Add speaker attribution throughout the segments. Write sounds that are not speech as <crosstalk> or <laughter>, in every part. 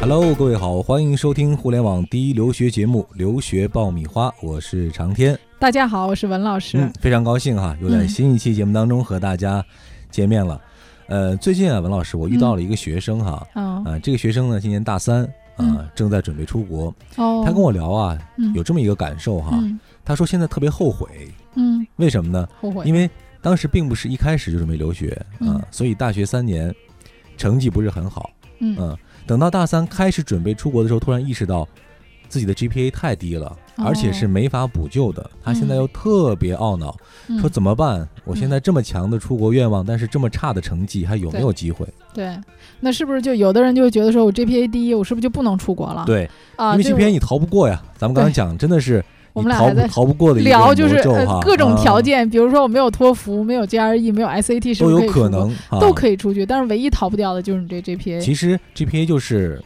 Speaker 1: Hello，各位好，欢迎收听互联网第一留学节目《留学爆米花》，我是长天。
Speaker 2: 大家好，我是啊文老师。
Speaker 1: 嗯，非常高兴哈，又在新一期节目当中和大家见面了。呃，最近啊，文老师，我遇到了一个学生哈，
Speaker 2: 哦
Speaker 1: 啊，这个学生呢今年大三啊、
Speaker 2: 嗯
Speaker 1: 正在准备出国。
Speaker 2: 哦，
Speaker 1: 他跟我聊啊，
Speaker 2: 嗯
Speaker 1: 有这么一个感受哈，
Speaker 2: 嗯
Speaker 1: 他说现在特别后悔，
Speaker 2: 嗯，
Speaker 1: 为什么呢？
Speaker 2: 后悔，
Speaker 1: 因
Speaker 2: 为
Speaker 1: 为当时并不是一开始就准备留学啊、
Speaker 2: 嗯
Speaker 1: 所以大学三年成绩不是很好。
Speaker 2: 嗯
Speaker 1: 嗯等到大三开始准备出国的时候，突然意识到自己的 GPA 太低了，
Speaker 2: 哦
Speaker 1: 而且是没法补救的。他现在又特别懊恼，
Speaker 2: 嗯
Speaker 1: 说怎么办？我现在这么强的出国愿望，但是这么差的成绩，还有没有机会？
Speaker 2: 对，那是不是就有的人就会觉得说我 GPA 低，我是不是就不能出国了？
Speaker 1: 对，
Speaker 2: 啊，
Speaker 1: 因为
Speaker 2: 这
Speaker 1: GPA 你逃不过呀。咱们刚才
Speaker 2: 对
Speaker 1: 讲，真的是
Speaker 2: 我
Speaker 1: 你
Speaker 2: 们俩
Speaker 1: 逃
Speaker 2: 还
Speaker 1: 不
Speaker 2: 在
Speaker 1: 逃不过的一个
Speaker 2: 聊就是
Speaker 1: 魔咒
Speaker 2: 呃
Speaker 1: 哈
Speaker 2: 各种条、
Speaker 1: 啊
Speaker 2: 件，比如说我没有托福，没有 GRE，没有 SAT，是
Speaker 1: 都
Speaker 2: 不是
Speaker 1: 有可
Speaker 2: 以出国
Speaker 1: 能，啊、
Speaker 2: 都可以出去，但是唯一逃不掉的就是你这 GPA。
Speaker 1: 其实 GPA 就是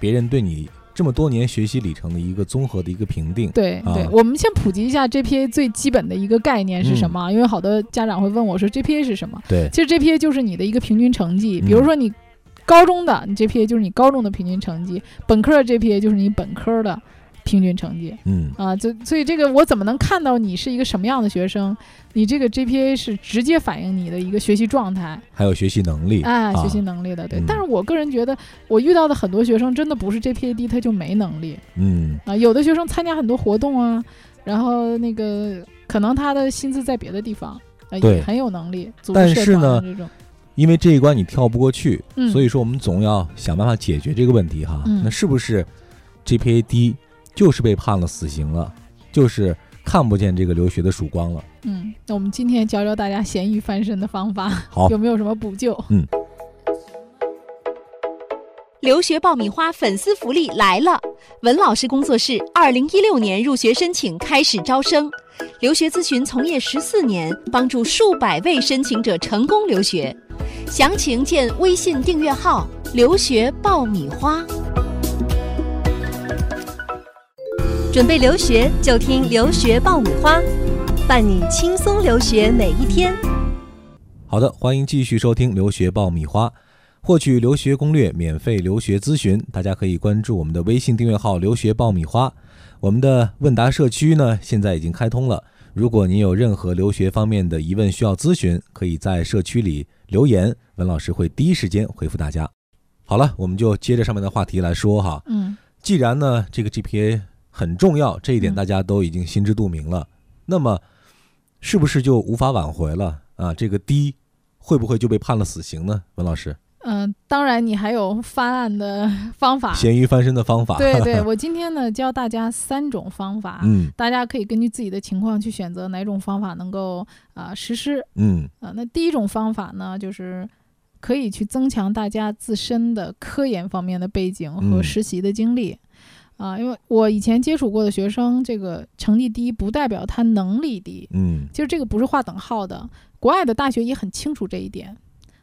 Speaker 1: 别人对你这么多年学习里程的一个综合的一个评定。
Speaker 2: 对
Speaker 1: 啊
Speaker 2: 对，我们先普及一下 GPA 最基本的一个概念是什么，
Speaker 1: 嗯
Speaker 2: 因为好多家长会问我说 GPA 是什么？
Speaker 1: 对，
Speaker 2: 其实 GPA 就是你的一个平均成绩，
Speaker 1: 嗯
Speaker 2: 比如说你高中的，你 GPA 就是你高中的平均成绩；本科的 GPA 就是你本科的平均成绩
Speaker 1: 嗯，
Speaker 2: 啊。就所以这个我怎么能看到你是一个什么样的学生？你这个 GPA 是直接反映你的一个学习状态，
Speaker 1: 还有学习能力，
Speaker 2: 哎，
Speaker 1: 啊
Speaker 2: 学习能力的。对，
Speaker 1: 嗯
Speaker 2: 但是我个人觉得，我遇到的很多学生真的不是 GPA 低他就没能力
Speaker 1: 嗯，
Speaker 2: 啊，有的学生参加很多活动啊，然后那个可能他的心思在别的地方。啊
Speaker 1: 对
Speaker 2: 也很有能力，组织
Speaker 1: 但
Speaker 2: 社
Speaker 1: 是
Speaker 2: 团啊
Speaker 1: 呢
Speaker 2: 这种
Speaker 1: 因为这一关你跳不过去，
Speaker 2: 嗯
Speaker 1: 所以说我们总要想办法解决这个问题哈。
Speaker 2: 嗯
Speaker 1: 那是不是 GPA 低就是被判了死刑了，就是看不见这个留学的曙光了？
Speaker 2: 嗯，那我们今天教教大家咸鱼翻身的方法，
Speaker 1: 好
Speaker 2: 有没有什么补救？
Speaker 3: 留学爆米花粉丝福利来了！文老师工作室二零一六年入学申请开始招生，留学咨询从业十四年，帮助数百位申请者成功留学。详情见微信订阅号“留学爆米花”。
Speaker 4: 准备留学就听留学爆米花，伴你轻松留学每一天。
Speaker 1: 好的，欢迎继续收听《留学爆米花》，获取留学攻略、免费留学咨询，大家可以关注我们的微信订阅号“留学爆米花”。我们的问答社区呢，现在已经开通了。如果您有任何留学方面的疑问需要咨询，可以在社区里留言，文老师会第一时间回复大家。好了，我们就接着上面的话题来说哈。
Speaker 2: 嗯
Speaker 1: 既然呢，这个 GPA 很重要，这一点
Speaker 2: 嗯
Speaker 1: 大家都已经心知肚明了，那么是不是就无法挽回了啊？这个低会不会就被判了死刑呢？文老师，
Speaker 2: 嗯、当然你还有翻案的方法。
Speaker 1: 咸鱼翻身的方法，
Speaker 2: 对对，
Speaker 1: <laughs>
Speaker 2: <laughs> 我今天呢教大家三种方法，
Speaker 1: 嗯
Speaker 2: 大家可以根据自己的情况去选择哪种方法能够啊、实施
Speaker 1: 嗯
Speaker 2: 啊、那第一种方法呢，就是可以去增强大家自身的科研方面的背景和
Speaker 1: 嗯
Speaker 2: 实习的经历。啊，因为我以前接触过的学生，这个成绩低不代表他能力低，
Speaker 1: 嗯
Speaker 2: 其实这个不是划等号的，国外的大学也很清楚这一点。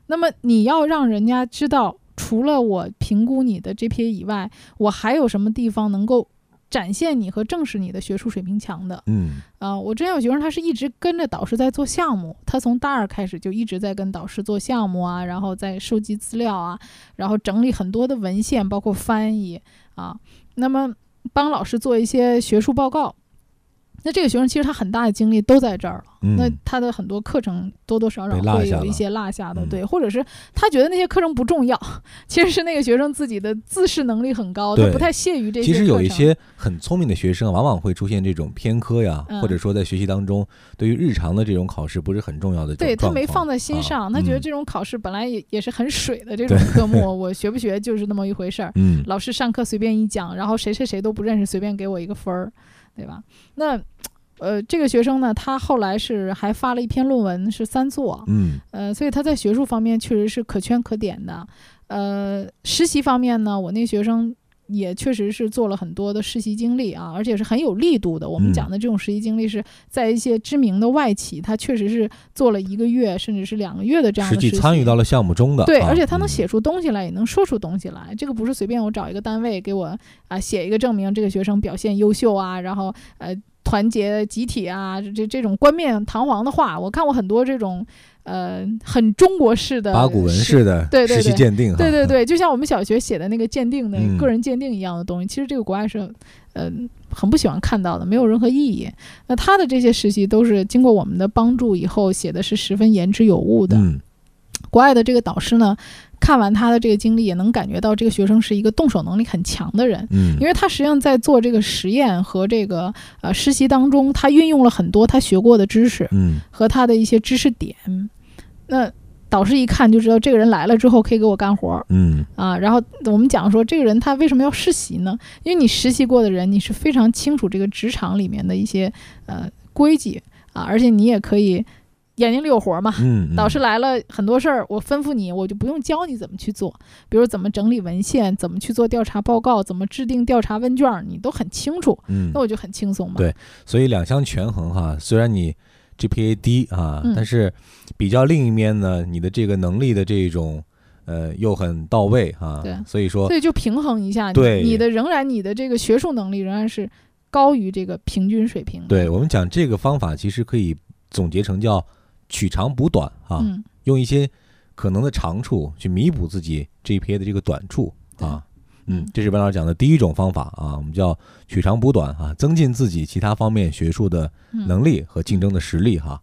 Speaker 2: 那么你要让人家知道，除了我评估你的 GPA 以外，我还有什么地方能够展现你和证实你的学术水平强的
Speaker 1: 嗯
Speaker 2: 啊、我之前有学生，他是一直跟着导师在做项目，他从大二开始就一直在跟导师做项目啊，然后在收集资料啊，然后整理很多的文献，包括翻译啊，那么帮老师做一些学术报告。那这个学生其实他很大的精力都在这儿了。
Speaker 1: 嗯，
Speaker 2: 那他的很多课程多多少少
Speaker 1: 被落
Speaker 2: 会
Speaker 1: 下
Speaker 2: 有一
Speaker 1: 了
Speaker 2: 些落下的，
Speaker 1: 嗯
Speaker 2: 对，或者是他觉得那些课程不重要， <laughs> 其实是那个学生自己的自视能力很高，他
Speaker 1: 对
Speaker 2: 不太屑于这些
Speaker 1: 其实有
Speaker 2: 课
Speaker 1: 一
Speaker 2: 程
Speaker 1: 些很聪明的学生，啊往往会出现这种偏科呀，
Speaker 2: 嗯
Speaker 1: 或者说在学习当中对于日常的这种考试不是很重要的这种
Speaker 2: 对他
Speaker 1: 状况，
Speaker 2: 没放在心
Speaker 1: 啊
Speaker 2: 上，他觉得
Speaker 1: 嗯
Speaker 2: 这种考试本来也也是很水的这种科目，
Speaker 1: <laughs>
Speaker 2: 我学不学就是那么一回事儿。
Speaker 1: 嗯
Speaker 2: 老师上课随便一讲，然后谁谁谁都不认识，随便给我一个分儿，对吧？那，呃，这个学生呢，他后来是还发了一篇论文，是三作，
Speaker 1: 嗯
Speaker 2: 呃，所以他在学术方面确实是可圈可点的。呃，实习方面呢，我那学生也确实是做了很多的实习经历啊，而且是很有力度的。我们
Speaker 1: 嗯
Speaker 2: 讲的这种实习经历是在一些知名的外企，他确实是做了一个月甚至是两个月的这样
Speaker 1: 实
Speaker 2: 的实
Speaker 1: 际
Speaker 2: 习。
Speaker 1: 参与到了项目中的，
Speaker 2: 对，
Speaker 1: 啊
Speaker 2: 而且他能写
Speaker 1: 嗯
Speaker 2: 出东西来，也能说出东西来。这个不是随便我找一个单位给我啊写一个证明，这个学生表现优秀啊，然后呃团结集体啊，这这这种冠冕堂皇的话，我看过很多这种呃很中国式的
Speaker 1: 八股文式的
Speaker 2: 呃对对
Speaker 1: 实习
Speaker 2: 对
Speaker 1: 鉴定哈， <laughs>
Speaker 2: 对对对，就像我们小学写的那个鉴定的、
Speaker 1: 嗯
Speaker 2: 个人鉴定一样的东西，其实这个国外是，呃，很不喜欢看到的，没有任何意义。那他的这些实习都是经过我们的帮助以后写的是十分言之有物的。
Speaker 1: 嗯，
Speaker 2: 国外的这个导师呢，看完他的这个经历，也能感觉到这个学生是一个动手能力很强的人。
Speaker 1: 嗯
Speaker 2: 因为他实际上在做这个实验和这个呃实习当中，他运用了很多他学过的知识，
Speaker 1: 嗯
Speaker 2: 和他的一些知识点。那导师一看就知道这个人来了之后可以给我干活儿
Speaker 1: 嗯
Speaker 2: 啊。然后我们讲说，这个人他为什么要实习呢？因为你实习过的人，你是非常清楚这个职场里面的一些呃规矩啊，而且你也可以眼睛里有活儿嘛。
Speaker 1: 嗯，
Speaker 2: <laughs> 导师来了，很多事儿我吩咐你，我就不用教你怎么去做，比如怎么整理文献，怎么去做调查报告，怎么制定调查问卷儿，你都很清楚，
Speaker 1: 嗯，
Speaker 2: 那我就很轻松嘛。
Speaker 1: 对所以两相权衡哈，虽然你 GPA 低啊，
Speaker 2: 嗯
Speaker 1: 但是比较另一面呢，你的这个能力的这种呃又很到位啊，
Speaker 2: 对
Speaker 1: 所以说
Speaker 2: 所以就平衡一下，你
Speaker 1: 对
Speaker 2: 你的仍然你的这个学术能力仍然是高于这个平均水平的。
Speaker 1: 对我啊们讲这个方法，其实可以总结成叫取长补短啊，
Speaker 2: 嗯，
Speaker 1: 用一些可能的长处去弥补自己 GPA 的这个短处啊。嗯，这是文老师讲的第一种方法啊，我们叫取长补短啊，增进自己其他方面学术的
Speaker 2: 嗯
Speaker 1: 能力和竞争的实力哈。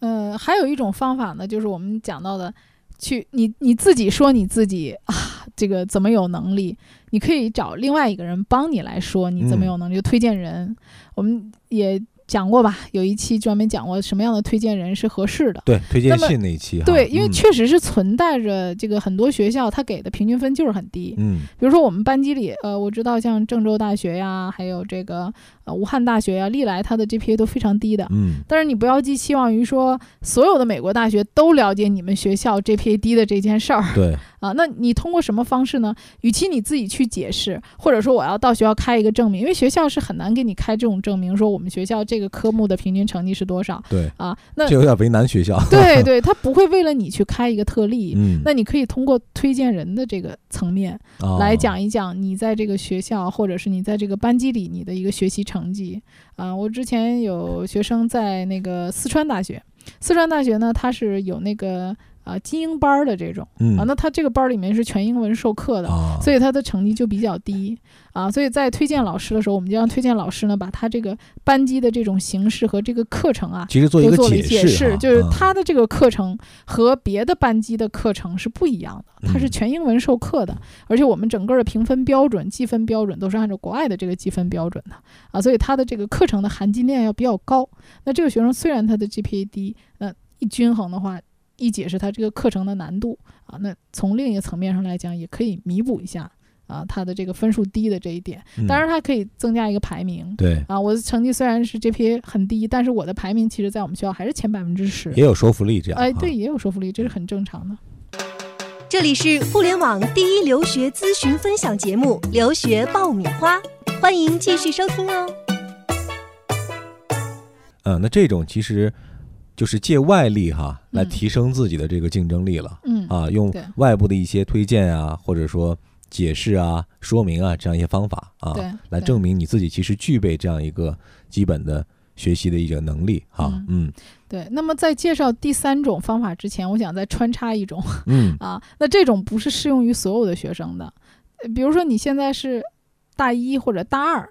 Speaker 2: 呃，还有一种方法呢，就是我们讲到的，去你你自己说你自己啊，这个怎么有能力？你可以找另外一个人帮你来说你
Speaker 1: 嗯
Speaker 2: 怎么有能力，就推荐人。我们也讲过吧，有一期专门讲过什么样的推荐人是合适的。
Speaker 1: 对，推荐
Speaker 2: 那么
Speaker 1: 信那一期哈。
Speaker 2: 对，因为
Speaker 1: 嗯
Speaker 2: 确实是存在着这个很多学校它给的平均分就是很低，
Speaker 1: 嗯
Speaker 2: 比如说我们班级里，呃，我知道像郑州大学呀，还有这个呃武汉大学呀，历来它的 GPA 都非常低的。
Speaker 1: 嗯
Speaker 2: 但是你不要寄希望于说所有的美国大学都了解你们学校 GPA 低的这件事儿
Speaker 1: 对，
Speaker 2: 啊。那你通过什么方式呢？与其你自己去解释，或者说我要到学校开一个证明，因为学校是很难给你开这种证明，说我们学校这个科目的平均成绩是多少
Speaker 1: 对，
Speaker 2: 啊。那
Speaker 1: 这有点为难学校。
Speaker 2: 对对，他不会为了你去开一个特
Speaker 1: <laughs>
Speaker 2: 例。
Speaker 1: 嗯，
Speaker 2: 那你可以通过推荐人的这个层面，
Speaker 1: 啊
Speaker 2: 来，讲一讲你在这个学校或者是你在这个班级里你的一个学习成绩啊、我之前有学生在那个四川大学，四川大学呢，它是有那个啊、精英班儿的这种
Speaker 1: 嗯
Speaker 2: 啊，那它这个班儿里面是全英文授课的。
Speaker 1: 啊，
Speaker 2: 所
Speaker 1: 以
Speaker 2: 以他的成绩就比较低啊，所以在推荐老师的时候，我们就让推荐老师呢，把他这个班级的这种形式和这个课程啊，
Speaker 1: 其实做一
Speaker 2: 都
Speaker 1: 个
Speaker 2: 做了
Speaker 1: 解
Speaker 2: 解
Speaker 1: 哈
Speaker 2: 就是
Speaker 1: 啊
Speaker 2: 他的这个课程和别的班级的课程是不一样的，它是
Speaker 1: 嗯
Speaker 2: 全英文授课的，而且我们整个的评分标准、计分标准都是按照国外的这个计分标准的啊，所以他的这个课程的含金量要比较高。那这个学生虽然他的 GPA 低，那一均衡的话。一解释他这个课程的难度啊，那从另一个层面上来讲，也可以弥补一下啊他的这个分数低的这一点。
Speaker 1: 嗯
Speaker 2: 当然，它可以增加一个排名，
Speaker 1: 对，
Speaker 2: 啊，我的成绩虽然是 GPA 很低，但是我的排名其实在我们学校还是前百分之十。
Speaker 1: 也有说服力这样。
Speaker 2: 哎，
Speaker 1: 啊
Speaker 2: 对，，也有说服力，这是很正常的。
Speaker 4: 这里是互联网第一留学咨询分享节目《留学爆米花》，欢迎继续收听哦。
Speaker 1: 嗯，那这种其实就是借外力哈来
Speaker 2: 嗯
Speaker 1: 提升自己的这个竞争力了
Speaker 2: 嗯，
Speaker 1: 啊，用
Speaker 2: 对
Speaker 1: 外部的一些推荐啊，或者说解释啊、说明啊这样一些方法啊，
Speaker 2: 对，
Speaker 1: 来
Speaker 2: 对
Speaker 1: 证明你自己其实具备这样一个基本的学习的一个能力哈。嗯
Speaker 2: 对。那么在介绍第三种方法之前，我想再穿插一种
Speaker 1: 嗯
Speaker 2: 啊，那这种不是适用于所有的学生的，呃比如说你现在是大一或者大二。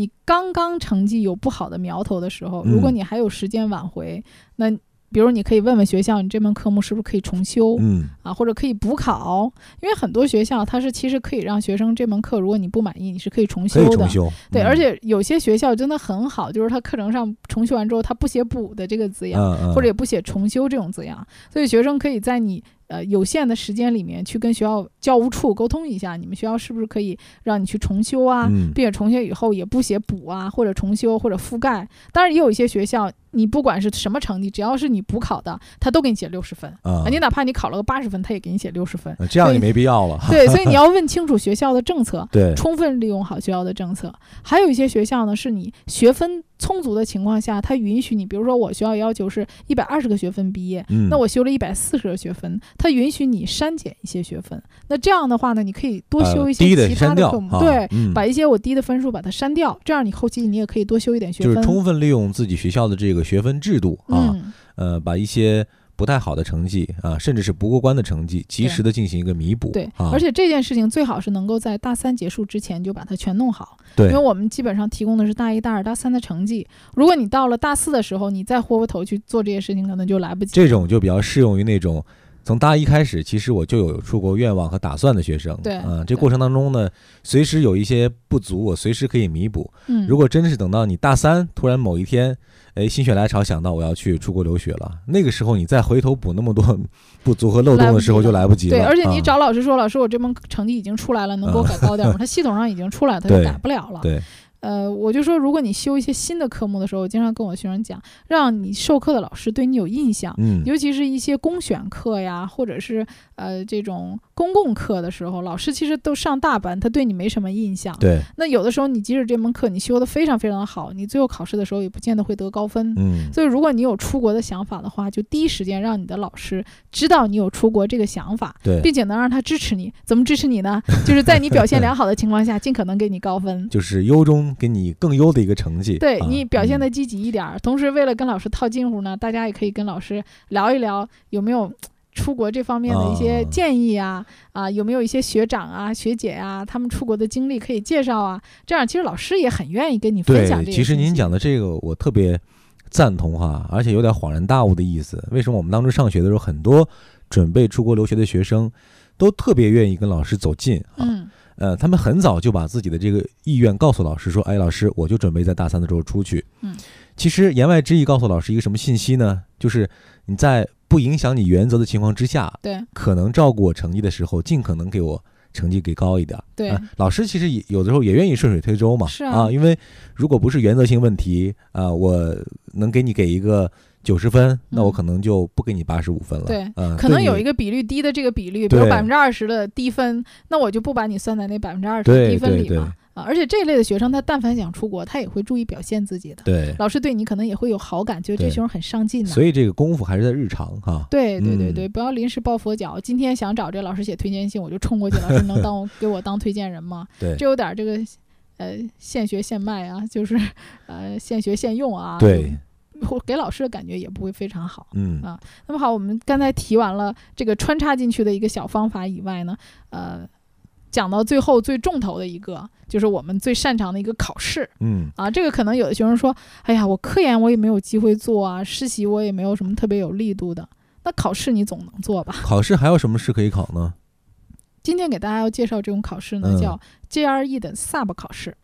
Speaker 2: 你刚刚成绩有不好的苗头的时候，如果
Speaker 1: 嗯
Speaker 2: 你还有时间挽回，那比如你可以问问学校，你这门科目是不是可以重修？
Speaker 1: 嗯
Speaker 2: 啊，或者可以补考，因为很多学校它是其实可以让学生这门课，如果你不满意，你是可以重
Speaker 1: 可
Speaker 2: 修
Speaker 1: 以
Speaker 2: 的。
Speaker 1: 重修。
Speaker 2: 对，
Speaker 1: 嗯
Speaker 2: 而且有些学校真的很好，就是它课程上重修完之后，它不写“补”的这个字样，
Speaker 1: 嗯嗯，
Speaker 2: 或者也不写“重修”这种字样，所以学生可以在你呃有限的时间里面去跟学校教务处沟通一下，你们学校是不是可以让你去重修啊？
Speaker 1: 嗯
Speaker 2: 并且重修以后也不写补啊，或者重修或者覆盖。当然，也有一些学校，你不管是什么成绩，只要是你补考的，他都给你写六十分。
Speaker 1: 啊
Speaker 2: 啊，你哪怕你考了个八十分，他也给你写六十
Speaker 1: <laughs>
Speaker 2: 分。
Speaker 1: 呃这样
Speaker 2: 所
Speaker 1: 也
Speaker 2: 以
Speaker 1: 没必要了。哈
Speaker 2: 对，所以你要问清楚学校的政策，
Speaker 1: 对，
Speaker 2: 充分利用好学校的政策。还有一些学校呢，是你学分充足的情况下，它允许你，比如说我学校要求是一百二十个学分毕业，
Speaker 1: 嗯，
Speaker 2: 那我修了一百四十个学分，它允许你删减一些学分。那这样的话呢，你可以多
Speaker 1: 呃
Speaker 2: 修一
Speaker 1: 低
Speaker 2: 些
Speaker 1: 的
Speaker 2: 其他
Speaker 1: 删掉
Speaker 2: 科目，
Speaker 1: 啊
Speaker 2: 对，
Speaker 1: 嗯
Speaker 2: 把一些我低的分数把它删掉，这样你后期你也可以多修一点学
Speaker 1: 就是
Speaker 2: 分。
Speaker 1: 充分啊利用自己学校的这个学分制度啊，
Speaker 2: 嗯，
Speaker 1: 呃，把一些不太好的成绩啊，甚至是不过关的成绩，及
Speaker 2: 对
Speaker 1: 时的进行一个弥补。
Speaker 2: 对，
Speaker 1: 啊，
Speaker 2: 而且这件事情最好是能够在大三结束之前就把它全弄好，
Speaker 1: 对
Speaker 2: 因为我们基本上提供的是大一、大二、大三的成绩。如果你到了大四的时候，你再豁过头去做这些事情，可能就来不及。
Speaker 1: 这种就比较适用于那种从大一开始，其实我就有出国愿望和打算的学生。
Speaker 2: 对
Speaker 1: 啊，这
Speaker 2: 对
Speaker 1: 过程当中呢，随时有一些不足，我随时可以弥补。
Speaker 2: 嗯，
Speaker 1: 如果真是等到你大三，突然某一天，哎，心血来潮想到我要去出国留学了，那个时候你再回头补那么多 <laughs> 不足和漏洞的时候，就来不及了。
Speaker 2: 对，而且你
Speaker 1: 啊
Speaker 2: 找老师说，老师我这门成绩已经出来了，能给我改高点吗？他系统上已经出来了，他就
Speaker 1: 对
Speaker 2: 改不了了。
Speaker 1: 对，
Speaker 2: 呃，我就说，如果你修一些新的科目的时候，我经常跟我学生讲，让你授课的老师对你有印象。
Speaker 1: 嗯，
Speaker 2: 尤其是一些公选课呀，或者是呃这种公共课的时候，老师其实都上大班，他对你没什么印象。
Speaker 1: 对，
Speaker 2: 那有的时候你即使这门课你修得非常非常好，你最后考试的时候也不见得会得高分。
Speaker 1: 嗯，
Speaker 2: 所以，如果你有出国的想法的话，就第一时间让你的老师知道你有出国这个想法，
Speaker 1: 对，
Speaker 2: 并且能让他支持你。怎么支持你呢？就是在你表现良好的情况下，尽可能给你高分。
Speaker 1: 就是优中给你更优的一个成绩。
Speaker 2: 对
Speaker 1: 啊
Speaker 2: 你表现
Speaker 1: 嗯
Speaker 2: 的积极一点儿，同时为了跟老师套近乎呢，大家也可以跟老师聊一聊有没有出国这方面的一些
Speaker 1: 啊
Speaker 2: 建议啊，啊有没有一些学长啊、学姐啊，他们出国的经历可以介绍啊，这样其实老师也很愿意跟你分享
Speaker 1: 对，
Speaker 2: 这个。
Speaker 1: 其实您，讲的这个我特别赞同哈，而且有点恍然大悟的意思。为什么我们当初上学的时候，很多准备出国留学的学生都特别愿意跟老师走近啊？
Speaker 2: 嗯，
Speaker 1: 呃，他们很早就把自己的这个意愿告诉老师说：“哎，老师，我就准备在大三的时候出去。”
Speaker 2: 嗯，
Speaker 1: 其实言外之意告诉老师一个什么信息呢？就是你在不影响你原则的情况之下，
Speaker 2: 对
Speaker 1: 可能照顾我成绩的时候，尽可能给我成绩给高一点儿。
Speaker 2: 对
Speaker 1: 啊老师其实也有的时候也愿意顺水推舟嘛。
Speaker 2: 是
Speaker 1: 啊
Speaker 2: 啊
Speaker 1: 因为如果不是原则性问题啊、我能给你给一个九十分，那我
Speaker 2: 嗯
Speaker 1: 可能就不给你八十五分了。
Speaker 2: 对
Speaker 1: 嗯
Speaker 2: 可能有一
Speaker 1: 个
Speaker 2: 个比率低的这个比率，比如
Speaker 1: 对
Speaker 2: 百分之二十的低分，那我就不把你算在那百分之二十的
Speaker 1: 对
Speaker 2: 低分
Speaker 1: 对
Speaker 2: 里
Speaker 1: 对
Speaker 2: 嘛。啊，而且这类的学生，他但凡想出国，他也会注意表现自己的。
Speaker 1: 对，
Speaker 2: 老师对你可能也会有好感，觉得
Speaker 1: 对
Speaker 2: 这学生很上进呢、
Speaker 1: 所以这个功夫还是在日常哈、
Speaker 2: 对对对
Speaker 1: 嗯
Speaker 2: 对，不要临时抱佛脚。今天想找这老师写推荐信，我就冲过去，老师能
Speaker 1: <laughs>
Speaker 2: 当我给我当推荐人吗？
Speaker 1: 对
Speaker 2: 这有点儿这个，呃，现学现卖啊，就是呃，现学现用啊。
Speaker 1: 对，
Speaker 2: 我给老师的感觉也不会非常好。
Speaker 1: 嗯
Speaker 2: 啊那么好，我们刚才提完了这个穿插进去的一个小方法以外呢，呃，讲到最后最重头的一个，就是我们最擅长的一个考试
Speaker 1: 嗯，
Speaker 2: 啊。这个可能有的学生说，哎呀，我科研我也没有机会做啊，实习我也没有什么特别有力度的。那考试你总能做吧？
Speaker 1: 考试还有什么试可以考呢？
Speaker 2: 今天给大家要介绍这种考试呢，
Speaker 1: 嗯
Speaker 2: 叫 GRE 的 SUB 考试，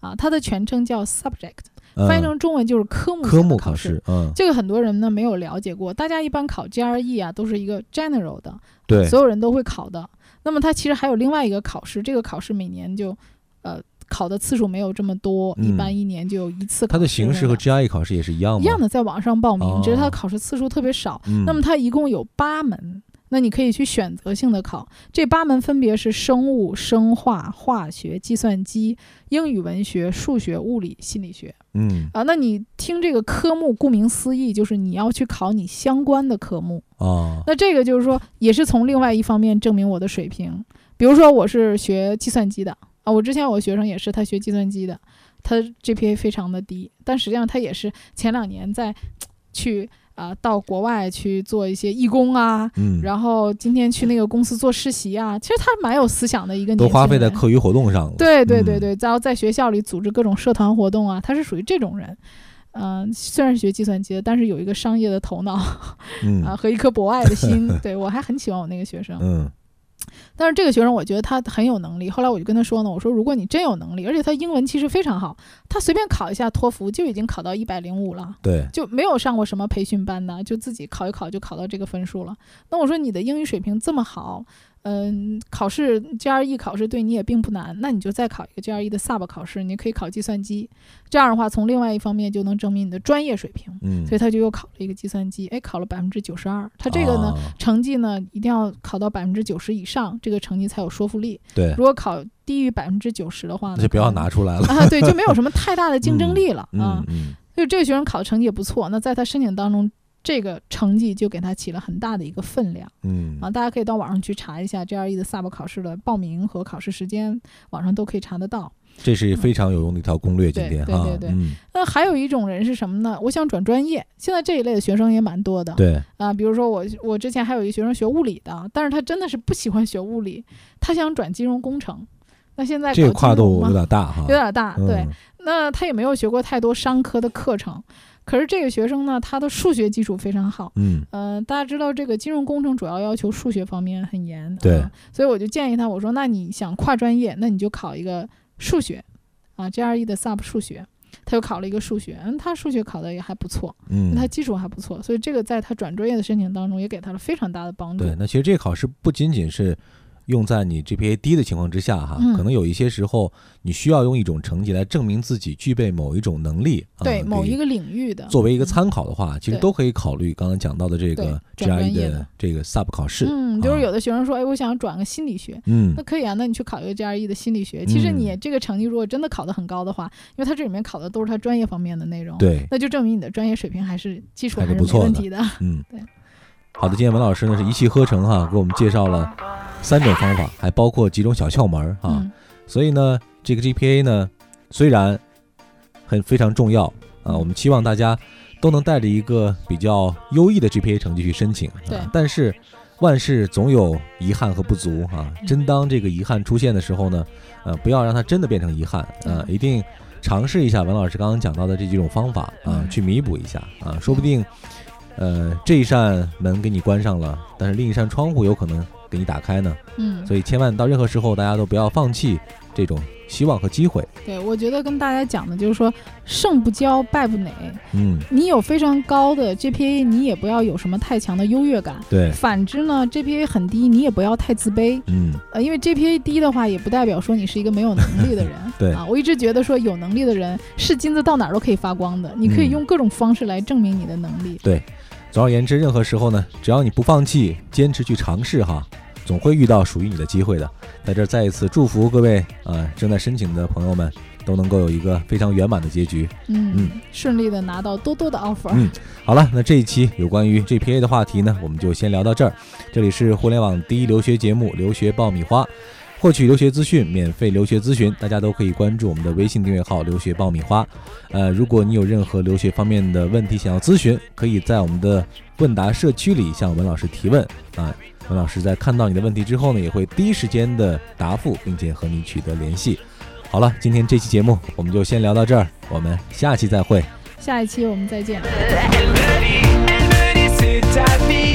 Speaker 2: 啊，它的全称叫 Subject，
Speaker 1: 嗯、
Speaker 2: 翻译成中文就是科目
Speaker 1: 科
Speaker 2: 型的
Speaker 1: 目
Speaker 2: 考试。
Speaker 1: 试，嗯，
Speaker 2: 这个很多人呢没有了解过，大家一般考 GRE 啊都是一个 general 的，
Speaker 1: 对，
Speaker 2: 所有人都会考的。那么它其实还有另外一个考试，这个考试每年就，呃，考的次数没有这么多，
Speaker 1: 嗯
Speaker 2: 一般一年就有一次考
Speaker 1: 它
Speaker 2: 试。
Speaker 1: 的形式和 GRE 考试也是一样
Speaker 2: 一
Speaker 1: 吗？
Speaker 2: 样的，在网上报名，
Speaker 1: 哦
Speaker 2: 只是它的考试次数特别少。
Speaker 1: 嗯，
Speaker 2: 那么它一共有八门，那你可以去选择性的考。这八门分别是生物、生化、化学、计算机、英语文学、数学、物理、心理学
Speaker 1: 嗯
Speaker 2: 啊。那你听这个科目，顾名思义，就是你要去考你相关的科目。
Speaker 1: 啊，
Speaker 2: 那这个就是说，也是从另外一方面证明我的水平。比如说，我是学计算机的啊，我之前有个学生也是，他学计算机的，他 GPA 非常的低，但实际上他也是前两年在去啊、到国外去做一些义工啊。
Speaker 1: 嗯，
Speaker 2: 然后今天去那个公司做实习啊，其实他蛮有思想的一个年
Speaker 1: 都
Speaker 2: 轻人，
Speaker 1: 花费在课余活动上了。
Speaker 2: 对对对
Speaker 1: 嗯
Speaker 2: 对，然后在学校里组织各种社团活动啊，他是属于这种人。嗯、虽然是学计算机的，但是有一个商业的头脑，
Speaker 1: 嗯
Speaker 2: 啊和一颗博爱的
Speaker 1: <laughs>
Speaker 2: 心。对我还很喜欢我那个学生，
Speaker 1: 嗯
Speaker 2: 但是这个学生我觉得他很有能力。后来我就跟他说呢，我说如果你真有能力，而且他英文其实非常好，他随便考一下托福就已经考到一百零五了。
Speaker 1: 对，
Speaker 2: 就没有上过什么培训班的，就自己考一考就考到这个分数了。那我说你的英语水平这么好，嗯，考试 GRE 考试对你也并不难，那你就再考一个 GRE 的 Sub 考试，你可以考计算机，这样的话，从另外一方面就能证明你的专业水平。
Speaker 1: 嗯，
Speaker 2: 所以他就又考了一个计算机，哎，考了百分之九十二。他这个呢，
Speaker 1: 啊
Speaker 2: 成绩呢一定要考到百分之九十以上，这个成绩才有说服力。
Speaker 1: 对，
Speaker 2: 如果考低于百分之九十的话呢，
Speaker 1: 那就不要
Speaker 2: 可能
Speaker 1: 拿出来了。
Speaker 2: <laughs> 啊，对，就没有什么太大的竞争力了、
Speaker 1: 嗯
Speaker 2: 啊。
Speaker 1: 嗯，
Speaker 2: 就这个学生考的成绩也不错，那在他申请当中，这个成绩就给他起了很大的一个分量
Speaker 1: 嗯
Speaker 2: 啊。大家可以到网上去查一下 GRE 的 SUB 考试的报名和考试时间，网上都可以查得到。
Speaker 1: 这是非常有用的一条攻略，今
Speaker 2: 对
Speaker 1: 天
Speaker 2: 对
Speaker 1: 哈
Speaker 2: 对，对
Speaker 1: 嗯，
Speaker 2: 那还有一种人是什么呢？我想转专业，现在这一类的学生也蛮多的。
Speaker 1: 对，
Speaker 2: 啊，比如说我我之前还有一个学生学物理的，但是他真的是不喜欢学物理，他想转金融工程。那现在
Speaker 1: 这个
Speaker 2: 搞
Speaker 1: 跨
Speaker 2: 金融
Speaker 1: 度
Speaker 2: 嘛
Speaker 1: 有点大哈，
Speaker 2: 有点大，对。
Speaker 1: 嗯
Speaker 2: 那他也没有学过太多商科的课程，可是这个学生呢，他的数学基础非常好。
Speaker 1: 嗯，
Speaker 2: 嗯、大家知道这个金融工程主要要求数学方面很严，
Speaker 1: 对
Speaker 2: 啊所以我就建议他，我说那你想跨专业，那你就考一个数学，啊，GRE 的 Sub 数学，他就考了一个数学，嗯，他数学考的也还不错，
Speaker 1: 嗯，
Speaker 2: 他基础还不错，所以这个在他转专业的申请当中也给他了非常大的帮助。
Speaker 1: 对，那其实这个考试不仅仅是用在你 GPA 低的情况之下哈，
Speaker 2: 嗯
Speaker 1: 可能有一些时候你需要用一种成绩来证明自己具备某一种能力，啊
Speaker 2: 对某
Speaker 1: 给
Speaker 2: 一个领域的，嗯
Speaker 1: 作为一个参考的话，其实
Speaker 2: 对
Speaker 1: 都可以考虑刚刚讲到的这个
Speaker 2: 对转
Speaker 1: GRE
Speaker 2: 专业
Speaker 1: 的
Speaker 2: 的
Speaker 1: 这个 sub 考试，
Speaker 2: 嗯，就是
Speaker 1: 啊
Speaker 2: 有的学生说，哎，我想转个心理学，
Speaker 1: 嗯
Speaker 2: 那可以啊，那你去考一个 GRE 的心理学。其实你
Speaker 1: 嗯
Speaker 2: 这个成绩如果真的考得很高的话，因为它这里面考的都是它专业方面的内容，，
Speaker 1: 对，
Speaker 2: 那就证明你的专业水平还是基础
Speaker 1: 还
Speaker 2: 还
Speaker 1: 是
Speaker 2: 是
Speaker 1: 不
Speaker 2: 没
Speaker 1: 错
Speaker 2: 问
Speaker 1: 的
Speaker 2: 题的。
Speaker 1: 嗯
Speaker 2: 对，
Speaker 1: 好的，今天文老师呢是一气呵成哈，给我们介绍了三种方法，还包括几种小窍门儿哈，
Speaker 2: 嗯，
Speaker 1: 所以呢，这个 GPA 呢虽然很非常重要啊，
Speaker 2: 嗯
Speaker 1: 我们期望大家都能带着一个比较优异的 GPA 成绩去申请
Speaker 2: 对
Speaker 1: 啊，但是。万事总有遗憾和不足啊，
Speaker 2: 嗯
Speaker 1: 真当这个遗憾出现的时候呢，呃，不要让它真的变成遗憾，呃，
Speaker 2: 嗯
Speaker 1: 一定尝试一下文老师刚刚讲到的这几种方法啊
Speaker 2: 嗯，
Speaker 1: 去弥补一下啊，说不定，呃，这一扇门给你关上了，但是另一扇窗户有可能给你打开呢。
Speaker 2: 嗯，
Speaker 1: 所以千万到任何时候，大家都不要放弃这种希望和机会。
Speaker 2: 对，我觉得跟大家讲的就是说，胜不骄，败不馁。
Speaker 1: 嗯，
Speaker 2: 你有非常高的 GPA，你也不要有什么太强的优越感。
Speaker 1: 对，
Speaker 2: 反之呢，GPA 很低，你也不要太自卑。
Speaker 1: 嗯，。
Speaker 2: 呃，因为 GPA 低的话，也不代表说你是一个没有能力的人
Speaker 1: <laughs> 对
Speaker 2: 啊，我一直觉得说有能力的人是金子到哪儿都可以发光的，你可以
Speaker 1: 嗯
Speaker 2: 用各种方式来证明你的能力。
Speaker 1: 总而言之，任何时候呢，只要你不放弃，坚持去尝试哈，总会遇到属于你的机会的。在这儿再一次祝福各位啊、呃正在申请的朋友们都能够有一个非常圆满的结局。
Speaker 2: 嗯
Speaker 1: 嗯，
Speaker 2: 顺利的拿到多多的 offer。
Speaker 1: 嗯好了，那这一期有关于 GPA 的话题呢，我们就先聊到这儿。这里是互联网第一留学节目《留学爆米花》，获取留学资讯、免费留学咨询，大家都可以关注我们的微信订阅号“留学爆米花”。呃，如果你有任何留学方面的问题想要咨询，可以在我们的问答社区里向文老师提问啊。文老师在看到你的问题之后呢，也会第一时间的答复，并且和你取得联系。好了，今天这期节目我们就先聊到这儿，我们下期再会。
Speaker 2: 下一期我们再见。啊
Speaker 5: Elle me dit, elle me dit c'est ta vie.